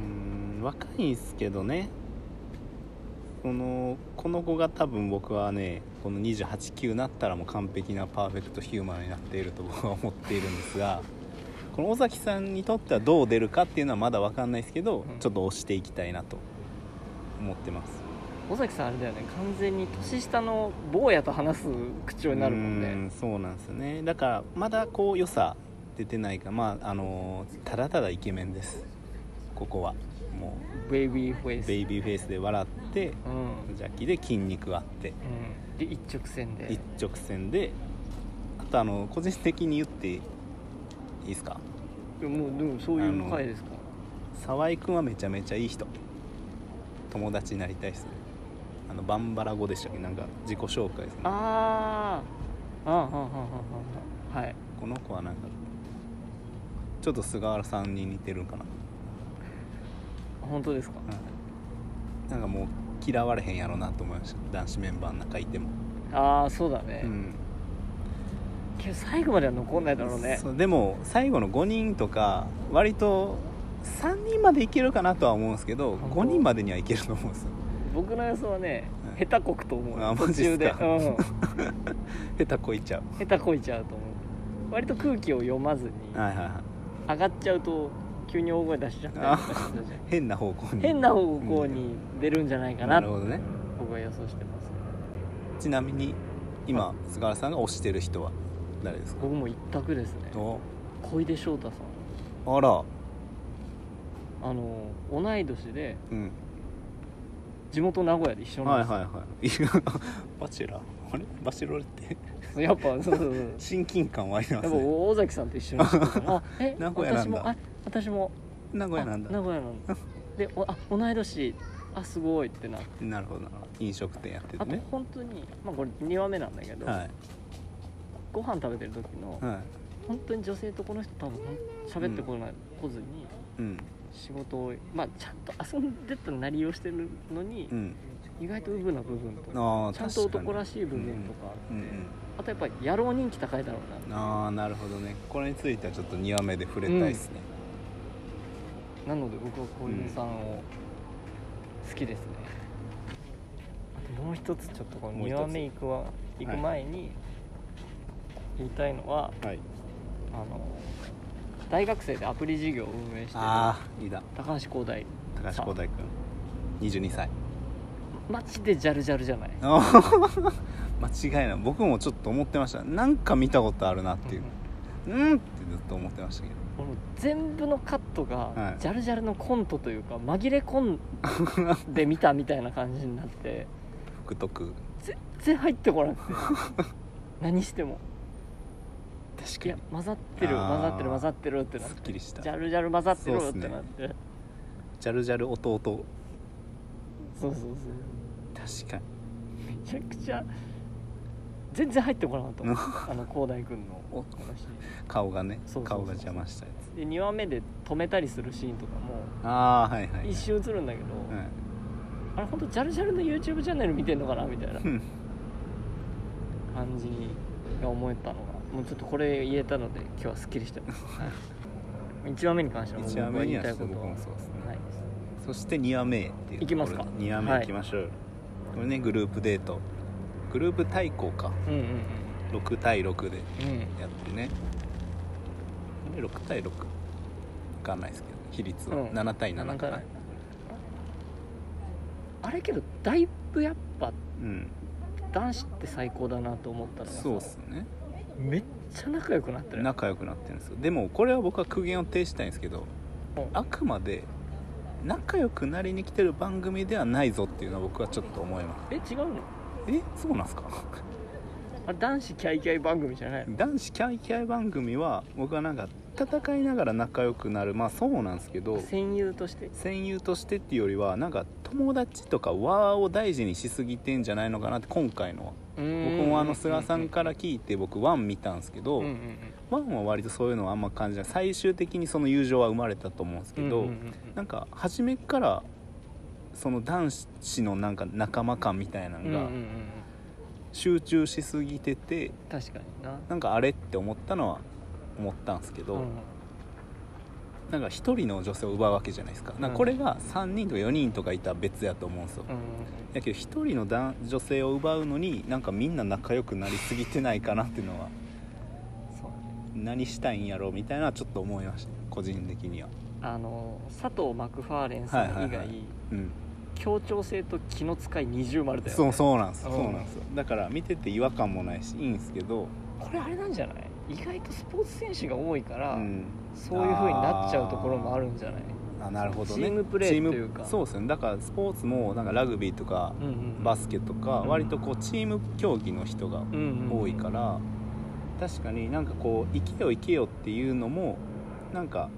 ん若いんすけどねそのこの子が多分僕はねこの289なったらもう完璧なパーフェクトヒューマンになっていると僕は思っているんですが この尾崎さんにとってはどう出るかっていうのはまだ分かんないですけど、うんちょっと押していきたいなと思ってます尾崎さんあれだよね完全に年下の坊やと話す口調になるもんうねんそうなんですよねだからまだこう良さ出てないかまああのただただイケメンですここはもベイビーフェイうスベイビーフェイスで笑ってうん、無邪気で筋肉あってうん、で一直線で一直線であとあの個人的に言っていいですかもうでもそういう回ですか沢井君はめちゃめちゃいい人友達になりたいですねあのバンバラ語でしたっけなんか自己紹介ですねあーああああああああはいこの子はなんかちょっと菅原さんに似てるんかな本当ですかはいなんかもう嫌われへんやろなと思いました男子メンバーの中いても、ああそうだね、うんけど最後までは残んないだろうねそうでも最後の5人とか割と3人までいけるかなとは思うんですけど本当5人までにはいけると思うんですよ僕の予想はねは下手こくと思うあよマ途ジ中っすで、うかん、下手こいちゃう下手こいちゃうと思う割と空気を読まずにはいはいはい上がっちゃうと急に大声出しちゃったりとかするじゃん変な方向に変な方向に出るんじゃないかななるほどね僕は予想してますちなみに今菅原さんが推してる人は誰ですか僕も一択ですねお小出翔太さあらんあの同い年でうん地元名古屋で一緒はないんではいはいいやバチェラーあれバチェロレってすよ、やっぱそうそう そうや親近感湧いてまっぱすね大崎さんと一緒にしてるから あえ名古屋なん私だもあ私も名古屋なんあ名だ古屋なんだでおあ同い年あすごいってなってなるほどなるほど飲食店やっててあとね本当にまあこれ2話目なんだけど、はご飯食べてる時のいは本当に女性とこの人多分ほん喋ってこない、来ずにいうん仕事をまあちゃんと遊んでたなりをしてるのに、うん意外とウブな部分とかああちゃんと男らいしい部分とかあって、うんうんあとやっぱり野郎人気高いだろうなああなるほどねこれについてはちょっと2話目で触れたいですね、なので僕は小出さんを好きですね、あともう一つちょっとこのもう一2つ話目行くわ行く前に言いたいのは、はいあの大学生でアプリ事業を運営しているああいいだ高橋光大高橋光大君22歳マジでジャルジャルじゃないあー 間違いない僕もちょっと思ってましたなんか見たことあるなっていううんってずっと思ってましたけどこの全部のカットはがいジャルジャルのコントというか紛れ込んで見たみたいな感じになって福徳全然入ってこなくて 何しても確いや混ざってるあー混ざってる混ざってるってなっすってきりしたジャルジャル混ざってるそうっっすねてなってジャルジャル弟 そうそうそう確かにめちゃくちゃ全然入ってこなか ったあの広大君のお話顔がねそうそうそう顔が邪魔したやつで2話目で止めたりするシーンとかもああはいはい、はい、一瞬映るんだけど、はいあれ本当ジャルジャルの YouTube チャンネル見てんのかなみたいなうん感じが思えたのがもうちょっとこれ言えたので今日はすっきりした1話目に関してはもう一話僕は目に言いはたちいょっこと僕とはもそうですね、ないですそして2話目っていういきますか2話目はい行きましょう、これねグループデートグループ対抗かうんうん6対6でうんうんやってねこれ6対6分かんないですけど比率は、うん7対7 7かかななあれけどだいぶやっぱうん男子って最高だなと思ったのがさそうっすねめっちゃ仲良くなってる仲良くなってるんですよでもこれは僕は苦言を呈したいんですけどうんあくまで仲良くなりに来てる番組ではないぞっていうのは僕はちょっと思いますえ違うのえそうなんですかあれ男子キャイキャイ番組じゃないの男子キャイキャイ番組は僕はなんか戦いながら仲良くなるまあそうなんですけど戦友として戦友としてっていうよりはなんか友達とか和を大事にしすぎてんじゃないのかなって今回のは僕僕もあの菅さんから聞いて僕ワン見たんですけど、うんうんうんワンは割とそういうのはあんま感じない最終的にその友情は生まれたと思うんですけうど、んうんうんうんなんか初めからその男子のなんか仲間感みたいなうんのうんうがんうん集中しすぎてて確かにななんかあれって思ったのは思ったんですけど、うんなんか一人の女性を奪うわけじゃないですかなんかこれが3人とか4人とかいたら別やと思うんですよ、うんだけど一人の男女性を奪うのになんかみんな仲良くなりすぎてないかなっていうのはそう何したいんやろうみたいなのはちょっと思いました個人的にはあの佐藤マクファーレンさん以外、はいはいはいうん協調性と気の使い二重丸だよ、ね、そうそうなんですうよんそうなんですよだから見てて違和感もないしいいんですけどこれあれなんじゃない意外とスポーツ選手が多いから、うんそういう風になっちゃうところもあるんじゃないあなるほどねチームプレーというかチームそうですねだからスポーツもなんかラグビーとかうんうんバスケとかうん割とこうチーム競技の人がうんうんうん多いから確かになんかこう生きよ生きよっていうのもなんか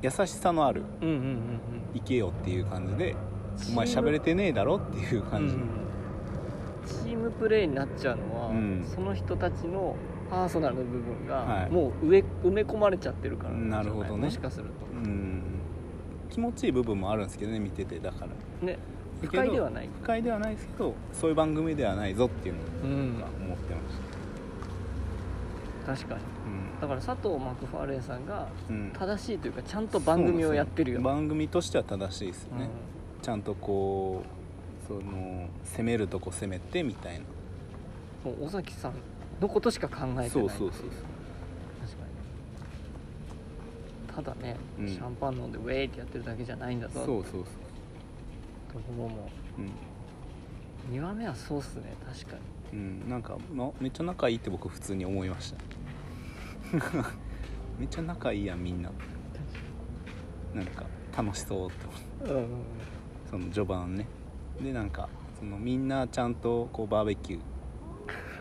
優しさのあるうんうんうん行けよっていう感じうでんお前喋れてねえだろっていう感じ、うんチームプレーになっちゃうのは、うんその人たちのパーソナルの部分が、はいもう上埋め込まれちゃってるからんじゃいなるほどねもしかするとうん気持ちいい部分もあるんですけどね見ててだからね不快ではないない、不快ではないですけどそういう番組ではないぞっていうのうんが思ってまし確かにただから佐藤マクファーレンさんがうん、うん正しいというかちゃんと番組をやってるよねそうですね番組としては正しいですよね、ちゃんとこうその攻めるとこ攻めてみたいなうんもう尾崎さんのことしか考えてないそうそうそう確かにただね、うんシャンパン飲んでウェーイってやってるだけじゃないんだそぞうとそうそうころも2話目はそうっすね確かにうん、うん、なんか、ま、めっちゃ仲いいって僕普通に思いました めっちゃ仲いいやんみんななんか楽しそうってうんう思ってんその序盤ねでなんかそのみんなちゃんとこうバーベキュー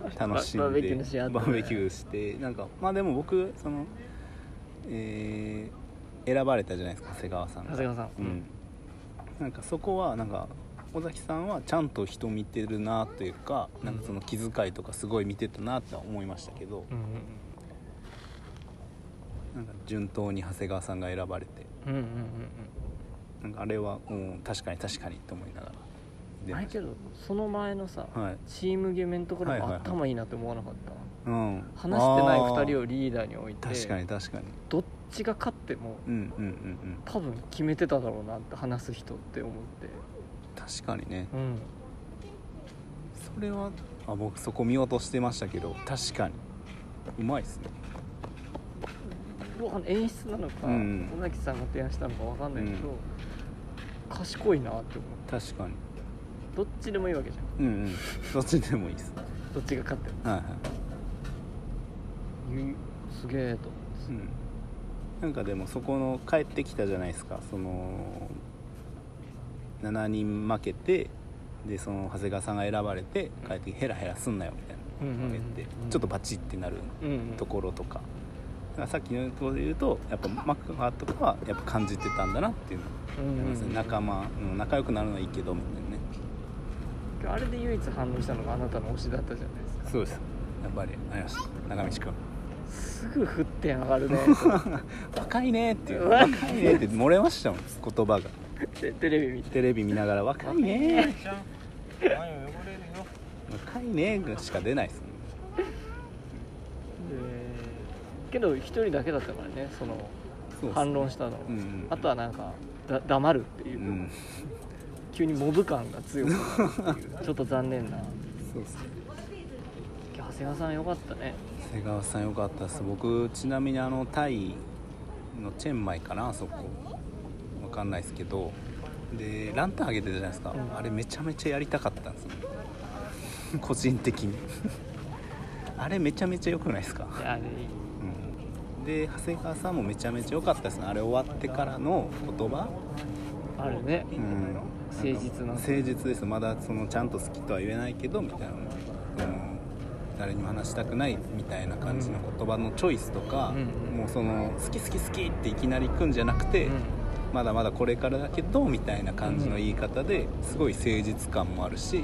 楽しんでババーベキューの試合あったねバーベキューしてなんかまあでも僕そのえー選ばれたじゃないですか長谷川さんが長谷川さんうん、なんかそこはなんか尾崎さんはちゃんと人見てるなというかなんかその気遣いとかすごい見てたなとは思いましたけどうんなんか順当に長谷川さんが選ばれてうんうんうんうんなんかあれはもう確かに確かにと思いながらうん出あまれしけどその前のさ、たはいチーム決めのところはいはいもはい頭いいなって思わなかった、うん、話してない2人ををリーダーに置いて確かに確かにどっちが勝ってもうんうんうんうん多分決めてただろうなって話す人って思って確かにねうんそれはあ僕そこ見落としてましたけど確かにうまいっすねうわ演出なのかうん尾崎さんが提案したのか分かんないけど、う賢いなって思う確かにどっちでもいいわけじゃんうんうんどっちでもいいっすどっちが勝ってもはいはいうんすげえと思ってうんなんかでもそこの帰ってきたじゃないですかその7人負けてでその長谷川さんが選ばれて帰ってヘラヘラすんなよみたいなうんうんうん言ってちょっとバチってなるうんうんところとかだからさっきのところで言うとやっぱマッカーとかはやっぱ感じてたんだなっていうのうんうんうん仲間、うん、仲良くなるのはいいけどみたいなねあれで唯一反応したのがあなたの推しだったじゃないですかそうですやっぱりありました中 道君すぐ振って上がる ね若いねっていううわ若いねって漏れましたもん言葉がテテレビ見てテレビ見ながら若いねちゃん前を汚れるよ若いねしか出ないですもんけど一人だけだったからねそのそうっすね反論したのは、うんうんあとはなんかだ黙るっていうう、ん急にモブ感が 強くなるっていうちょっと残念なそうっすね長谷川さんよかったね長谷川さんよかったです僕ちなみにあのタイのチェンマイかなあそこわかんないですけどでランタンあげてたじゃないですか、うんあれめちゃめちゃやりたかったんですよ 個人的に あれめちゃめちゃ良くないですかいやあれいいうんで長谷川さんもめちゃめちゃ良かったですねあれ終わってからの言葉、あれねうん、誠実な誠実ですまだそのちゃんと好きとは言えないけどみたいな、うん、誰にも話したくないみたいな感じの言葉のチョイスとか、うんもうその好き好き好きっていきなり行くんじゃなくて、うまだまだこれからだけどみたいな感じの言い方ですごい誠実感もあるしん、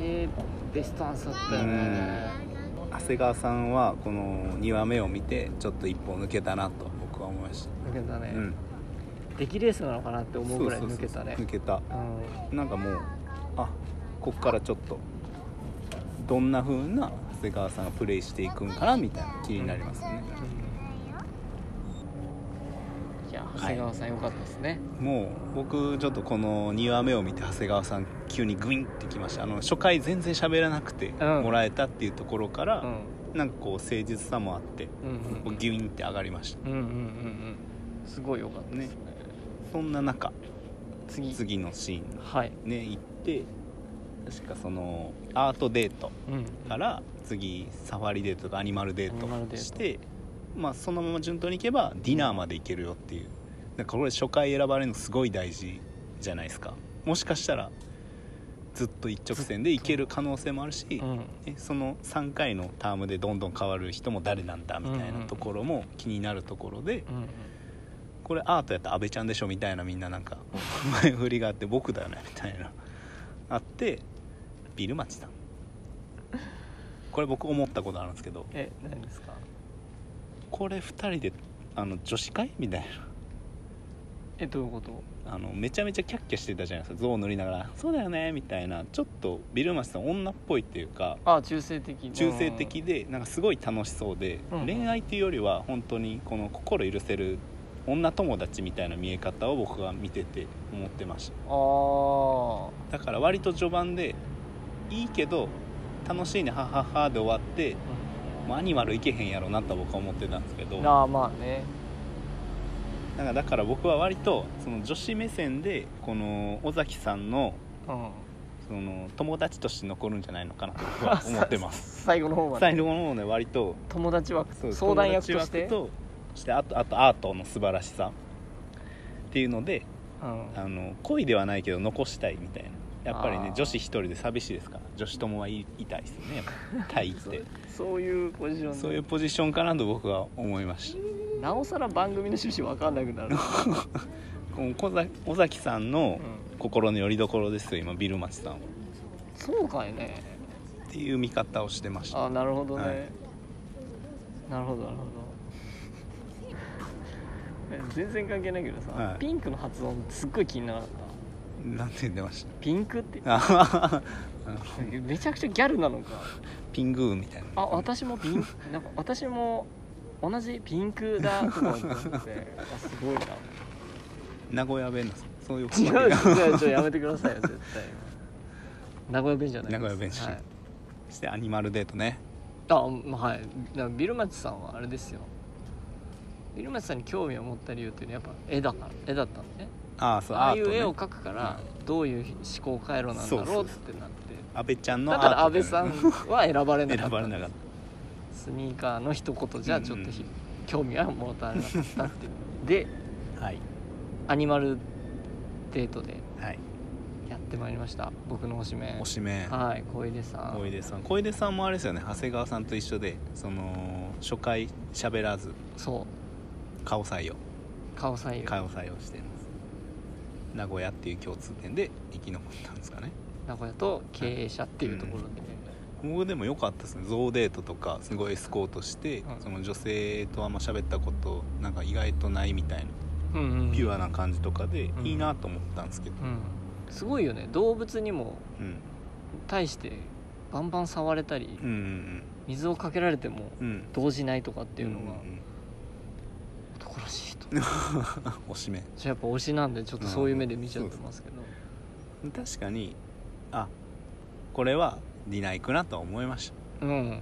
えー、ベストアンサーだったよね長谷川さんはこの2話目を見てちょっと一歩抜けたなと僕は思いました。抜けたね、うん出来レースなのかなって思うぐらいそうそ抜うそけうそうたね抜けたうんなんかもうあこっからちょっとどんな風な長谷川さんがプレイしていくんかなみたいな気になりますね、いや長谷川さん良かったですね、もう僕ちょっとこの2話目を見て長谷川さん急にグインってきましたあの初回全然喋らなくてうんもらえたっていうところから、うんなんかこう誠実さもあってうんうんギュインって上がりましたうんうんうんうんすごい良かったですねそんな中次次のシーンはいね行って確かそのアートデートうんから次サファリデートとかアニマルデアニマルーデートトしてまあそのまま順当にいけばディナーまでいけるよっていうだからこれ初回選ばれるのすごい大事じゃないですかもしかしたらずっと一直線でいける可能性もあるし、うんねその3回のタームでどんどん変わる人も誰なんだみたいなところも気になるところで、うんこれアートやったら安倍ちゃんでしょみたいなみんななんか前振りがあって僕だよねみたいなあってビルマチさんこれ僕思ったことあるんですけどえ何ですかこれ2人であの女子会みたいえどういうことなあのめちゃめちゃキャッキャしてたじゃないですか象塗りながら「そうだよね」みたいなちょっとビルマチさん女っぽいっていうかあ中性的中性的でなんかすごい楽しそうで、うん恋愛っていうよりは本当にこの心許せる女友達みたいな見え方を僕は見てて思ってましたああだから割と序盤でいいけど楽しいねはははで終わってもうアニマルいけへんやろなと僕は思ってたんですけどだかああまあねらだから僕は割とその女子目線でこの尾崎さんのうんその友達として残るんじゃないのかなと僕は思って ます最後の方ま最で後の方ね割と友達枠そう相談役として友達枠とそしてあとあとアートの素晴らしさっていうのでうんあの恋ではないけど残したいみたいなやっぱりあねー女子一人で寂しいですから女子友はい、いたいですよねやっ ぱタイってそういうポジションでそういうポジションかなと僕は思いましなおさら番組の趣旨わかんなくなる、たこの小崎尾崎さんうのん、心の拠り所ですよ今ビルマチさんはそうかいねっていう見方をしてましたあなるほどね、はいなるほどなるほどえ全然関係ないけどさ、はいピンクの発音すっごい気にならなかったなんて言ってましピンクってた あははあのめちゃくちゃギャルなのかピングーみたいなあ私もピンなんか私も同じピンクだとか思ってあすごいな名古屋弁なんですそういう違う違う違うやめてください よ絶対名古屋弁じゃないです名古屋弁じゃないはい、そしてアニマルデートねあまあはいだからビルマチさんはあれですよビルマチさんに興味を持った理由っていうのはやっぱ絵だから絵だったんでねああそうああいうアートね絵を描くからどういう思考回路なんだろうってなって安倍ちゃんのだからア安ート倍ださよんねは選ばれなか 選ったばれなかっスニーカーの一言じゃちょっとひ、興味は持たれなかったっていうでたはいアニマルデートではいやってまいりました僕の推しメンおしめはい小出さ小ん出さん小出さんもあれですよね長谷川さんと一緒でその初回喋らずそう顔採用顔採用顔採用してるんです名古屋っていう共通点で生き残ったんですかね名古屋と経営者っていうところで、僕でも良かったですねゾウデートとかすごいエスコートして、うんその女性とあんま喋ったことなんか意外とないみたいなうんうんピュアな感じとかでうんいいなと思ったんですけど、うんすごいよね動物にもうん、対してバンバン触れたりうんうん水をかけられてもうんうんっ動じないとかっていうのがん男らしいとうん、おしめじゃあやっぱ推しなんでちょっとそういう目で見ちゃってます けど、確かにあこれはディナイクなとは思いましたうんうん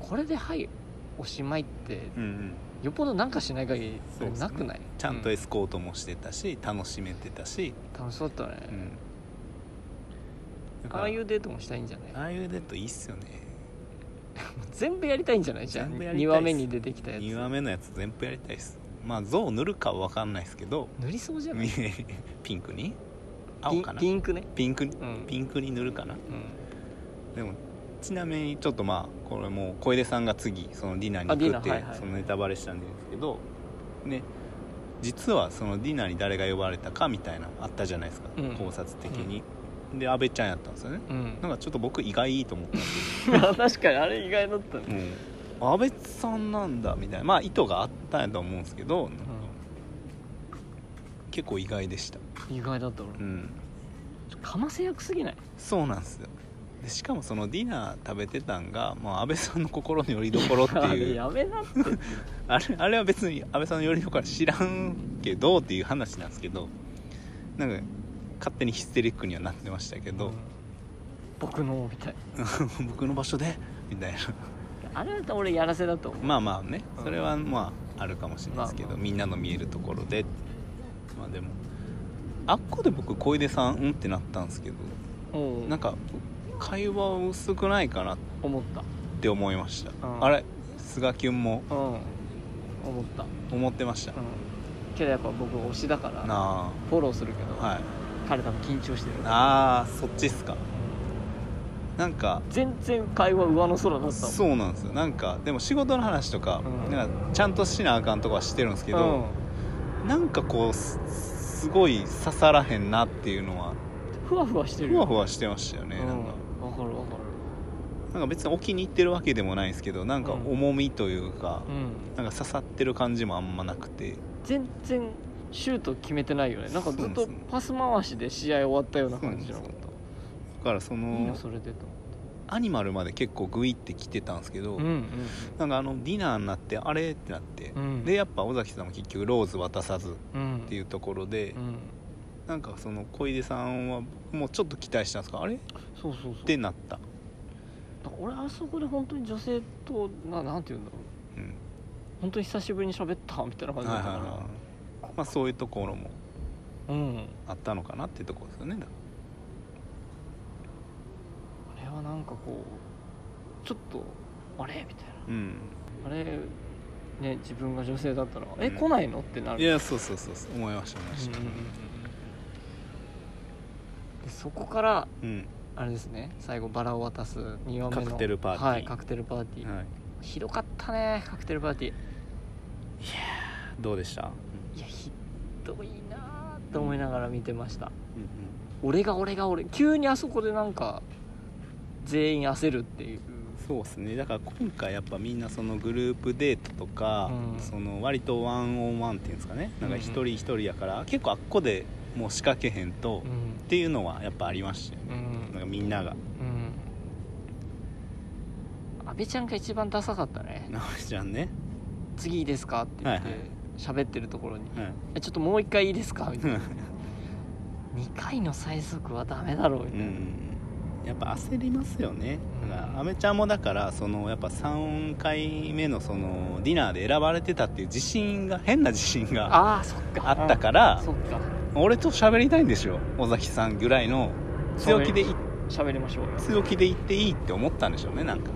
これではいおしまいってうんうんよっぽどなんかしない限そうりっすねなくない、ちゃんとエうスコートもしてたし、楽しめてたし、楽しそうだったね、うん、だからああいうデートもしたいんじゃないああいうデートいいっすよね全部やりたいんじゃないじゃあ全部やりたいっす2話目に出てきたやつ2話目のやつ全部やりたいっすまあ象塗るかは分かんないですけど塗りそうじゃない ピンクにピ青ンかなピンクねピンクにうんピンクに塗るかなうんでもちなみにちょっとまあこれもう小出さんが次そのディナーにあディ行ナくーって、はいはいそのネタバレしたんですけどね実はそのディナーに誰が呼ばれたかみたいなあったじゃないですか、うん考察的に、で阿部ちゃんやったんですよね うんなんかちょっと僕意外いいと思ったんです確かにあれ意外だったねけど、うん、安倍さんなんだみたいなまあ意図があったんやと思うんですけど、結構意外でした意外だった俺うんかませ役すぎないそうなんですよでしかもそのディナー食べてたんが、まあ、安倍さんの心の拠り所っ てあいれうやめなってあれあれは別に安倍さんのよりどころは知らんけどっていう話なんですけどなんか勝手にヒステリックにはなってましたけど、僕のみたい 僕の場所でみたいなあれだ俺やらせだと思うまあまあねうんそれはまああるかもしれないですけど、まあまあみんなの見えるところでまあでもあっこで僕小出さんうんってなったんですけどうんなんか会話薄くないかなっ思ったて思いました、うんあれ菅キュンもうん思った思ってました、うんけどやっぱ僕推しだからなフォローするけど、あはい彼多分緊張してるああそっちっすかなんか全然会話上の空だったもんそうなんですよなんかでも仕事の話とか,、うんなんかちゃんとしなあかんとかはしてるんですけうんど、なんかこうすすごい刺さらへんなっていうのはふわふわしてるふわふわわしてましたよね、なんかわかるわかるなんか別に置きに行ってるわけでもないんですけどなんかうん重みというか、うんなんか刺さってる感じもあんまなくて全然シュート決めてないよねなんかずっそうとですねパス回しで試合終わったような感じじゃなかっだからそたいいのなそれでとアニマルまで結構グイって来てたんですけど、うんうんなんかあのディナーになってあれってなって、うんでやっぱ尾崎さんも結局ローズ渡さずっうんていううところで、んなんかその小出さんはもうちょっと期待したんですかあれっそうそうそうてなった、俺あそこで本当に女性とななんていうんだろううん本当に久しぶりに喋ったみたいな感じだったから、いまあそういうところもうんあったのかなっていうところですよねだかあれはなんかこうちょっとあれみたいらうんなあれね自分が女性だったら「えうん来ないの?」ってなるいやそうそうそうそう思いました思いまうしんうたんうんでそこからうん、あれですね最後バラを渡す2話目のカクテルパーティーはいカクテルパーティー、はい、ひどかったねカクテルパーティーどうでした、いやひどいなーと思いながら見てました、うん俺が俺が俺急にあそこでなんか全員焦るっていうそうですねだから今回やっぱみんなそのグループデートとか、うんその割とワンオンワンっていうんですかねなんか一人一人やから、結構あっこでもう仕掛けへんうと、っんていうのはやっぱありましたよね、うんなんかみんながうん安倍ちゃんが一番ダサかったね直美ちゃんね、 「次いいですか?」って言ってはいはい喋、ってるところにはい「えちょっともう一回いいですか?」みたいなう「2回の最速はダメだろ」みたいな、ん、やっぱ焦りますよねうんだからアメちゃんもだからそのやっぱ3回目のそのディナーで選ばれてたっていう自信が変な自信がああそっかあったからそっか俺と喋りたいんでしょ尾崎さんぐらいの強気でい喋りましょうよ強気で言っていいって思ったんでしょうねなんか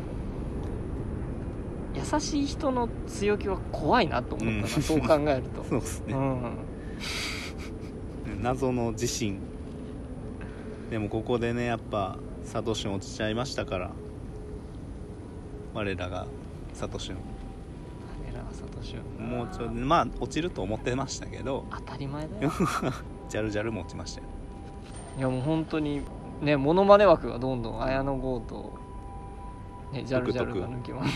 優しい人の強気は怖いなと思ったな、うんそう考えると そうですうね、ん謎の自信でもここでねやっぱサトシン落ちちゃいましたから我らがサトシン我らがサトシはもうちょいまあ落ちると思ってましたけど当たり前だよジャルジャルも落ちましたよいやもう本当にねモノマネ枠がどんどん綾野剛と、ね、ジャルジャルが抜けます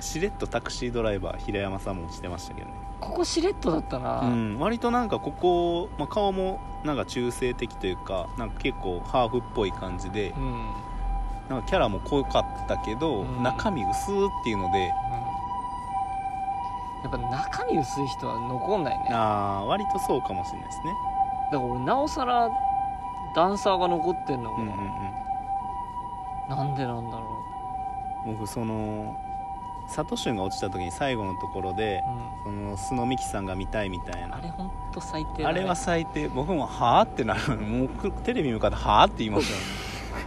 しれっとタクシードライバー平山さんも落ちてましたけどねここしれっとだったな、うん、割となんかここ、まあ、顔もなんか中性的というかなんか結構ハーフっぽい感じでうんうんなんかキャラも濃かったけど、うん中身薄っていうのでやっぱ中身薄い人は残んないねだかあー割とそうかもしれないですねら俺なおさらダンサーが残ってんのうが、んうんなんでなんだろうん僕そのサトシュンが落ちた時に最後のところでう、うん、そのスノミキさんが見たいみたいあなれほんと最低だ、あね、れは最低僕も「はあ?」ってなるもうくテレビ向かって「はあ?」って言いましたよ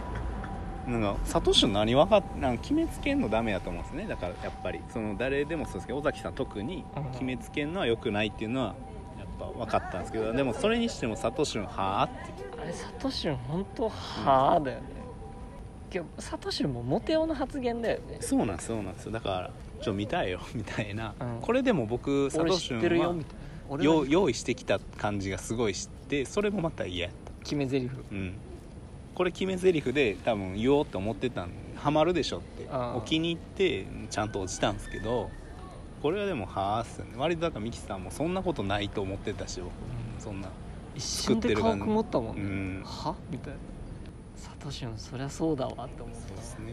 なんかサトシの何分かっなんか決めつけんのダメやと思うんですねだからやっぱりその誰でもそうですけど尾崎さん特にうん決めつけんのは良くないっていうのはやっぱ分かったんですけどでもそれにしてもサトシの「はあ?」ってあれサトシュン本当はあだよね、今日サトシュンもモテ男の発言だよねそうなんですそうなんですよだからちょっと見たいよみたいな、うんこれでも僕サ俺トシ知ってるよはみたいな俺よのう用意してきた感じがすごいしてそれもまた嫌やった決め台詞うん、これ決め台詞で多分言おうと思ってたんハマるでしょってあーお気に入ってちゃんと落ちたんですけどこれはでもはあっすよね割とだからミキさんもそんなことないと思ってたし僕そんな一瞬で顔曇ったもんね、うんはみたいなサトシュンそりゃそうだわって思ったそうですね、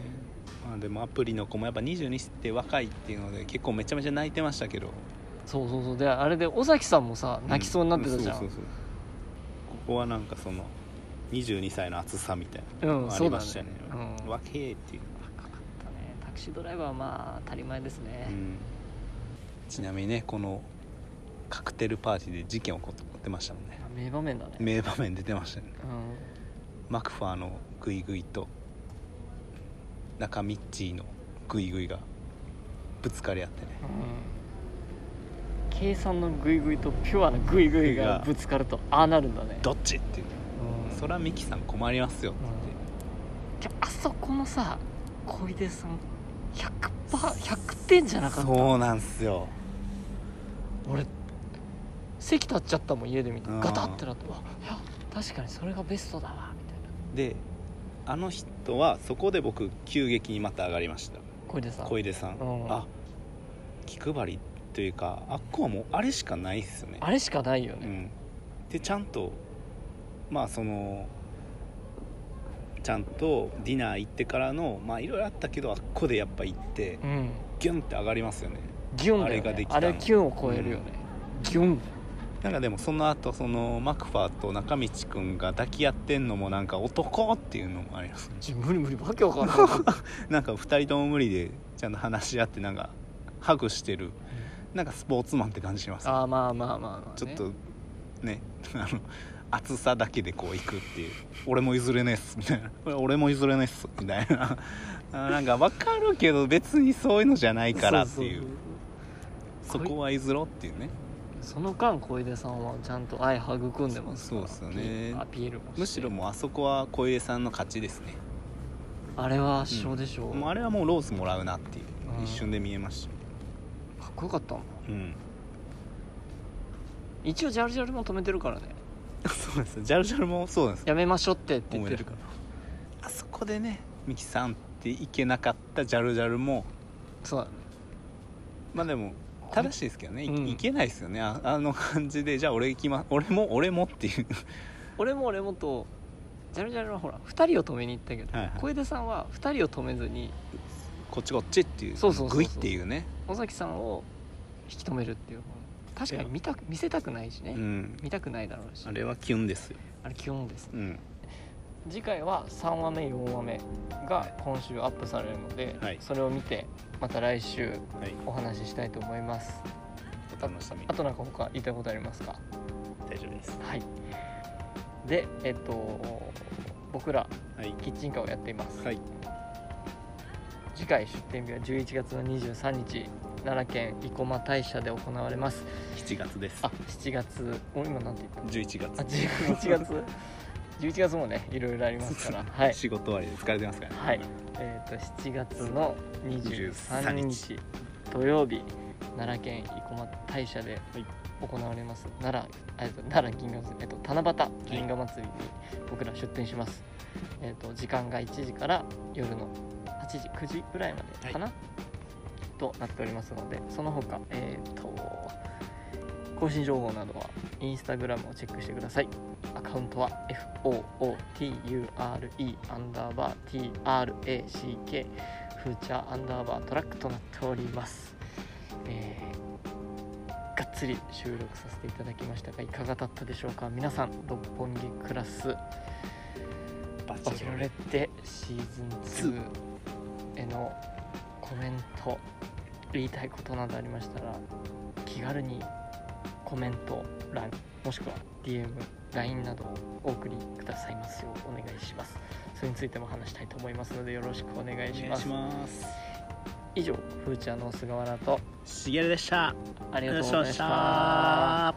まあ、でもアプリの子もやっぱ22って若いっていうので結構めちゃめちゃ泣いてましたけどそうそうそうであれで尾崎さんもさ泣きそうになってたじゃん、うそうそうそうここはなんかその22歳の熱さみたいなうんのがありましたね,、そうだねうん若えっていう高かったねタクシードライバーはまあ当たり前ですね、うんちなみにねこのカクテルパーティーで事件起こってましたもんね名場面だね名場面出てましたよねうんマクファーのグイグイと中ミッチーのグイグイがぶつかり合ってね計算のグイグイとピュアなグイグイがぶつかるとああなるんだねどっちっていううんそりゃミキさん困りますよっじてゃあそこのさ小出さん 100%, 100点じゃなかったそうなんすよ俺席立っちゃったもん家で見てうんガタってなってうわいや確かにそれがベストだわみたいなであの人はそこで僕急激にまた上がりました小出さん小出さん、うんあ気配りというかあっこはもうあれしかないっすよねあれしかないようね、ん、でちゃんとまあそのちゃんとディナー行ってからのまあいろいろあったけどあっこでやっぱ行ってうんギュンって上がりますよねギュンだよ、ね、あれあれができたのキュンを超えるよね、ギュンなんかでもその後そのマクファーと中道くんが抱き合ってんのもなんか男っていうのもありますねちょ無理無理わけわかんないなんか2人とも無理でちゃんと話し合ってなんかハグしてるなんかスポーツマンって感じします ああまあまあまあまあ、ね、ちょっとね あの厚さだけでこういくっていう俺も譲れねえっすみたいな 俺も譲れねえっすみたいな あなんか分かるけど別にそういうのじゃないからっていうそそそそうこは譲ろうっていうねその間小出さんはちゃんと愛育んでますからそうそうっすよねアピールもしてむしろもうあそこは小出さんの勝ちですねあれは圧勝でしょう、もうあれはもうロースもらうなっていううん一瞬で見えましたかっこよかったもんうん一応ジャルジャルも止めてるからね そうなんですよジャルジャルもそうなんですよやめましょうってって言ってるからあそこでねミキさんっていけなかったジャルジャルもそうだねまあでも正しいですけどね、いうんいけないですよねああの感じでじゃあ俺行きま俺も俺もっていう俺も俺もとジャルジャルはほら2人を止めに行ったけど、はいはい小出さんは2人を止めずにこっちこっちっていうそうそうそうそうグイっていうね、尾崎さんを引き止めるっていう確かに見たく見せたくないしね、うん、見たくないだろうしああれれはキュンですよ、基本ですねうん、次回は3話目4話目が今週アップされるので、はいそれを見てまた来週はいお話ししたいと思いますお楽しみあとなんか他言いたいことありますか大大丈夫ですはいでえっと僕らはいキッチンカーをやっています、はい次回出店日は11月の23日奈良県生駒大社で行われます7月ですあ7月お今なんて言った11月あ11月 11月もねいろいろありますからはい仕事終わりで疲れてますからねはい、えー、と7月の23 23日日土曜日奈良県生駒大社でい行われます、奈良えーと奈良銀河祭り、えー、と七夕銀河祭りに僕ら出店します、えー、と時間が1時から夜の8時9時ぐらいまでかな、となっておりますのでその他えっ、と更新情報などはインスタグラムをチェックしてくださいアカウントは FOOTURE アンダーバー TRACK フーチャーアンダーバートラックとなっております、えーがっつり収録させていただきましたがいかがだったでしょうか皆さん六本木クラスババチチェェロロレレッッテシーズン2へのコメント言いたいことなどありましたら気軽にコメント欄もしくは DMLINE などをお送りくださいますようお願いしますそれについても話したいと思いますのでよろしくお願いドしおま願いすします以上フーチャーの菅原としげるでしたありありががととううごござざいいましたました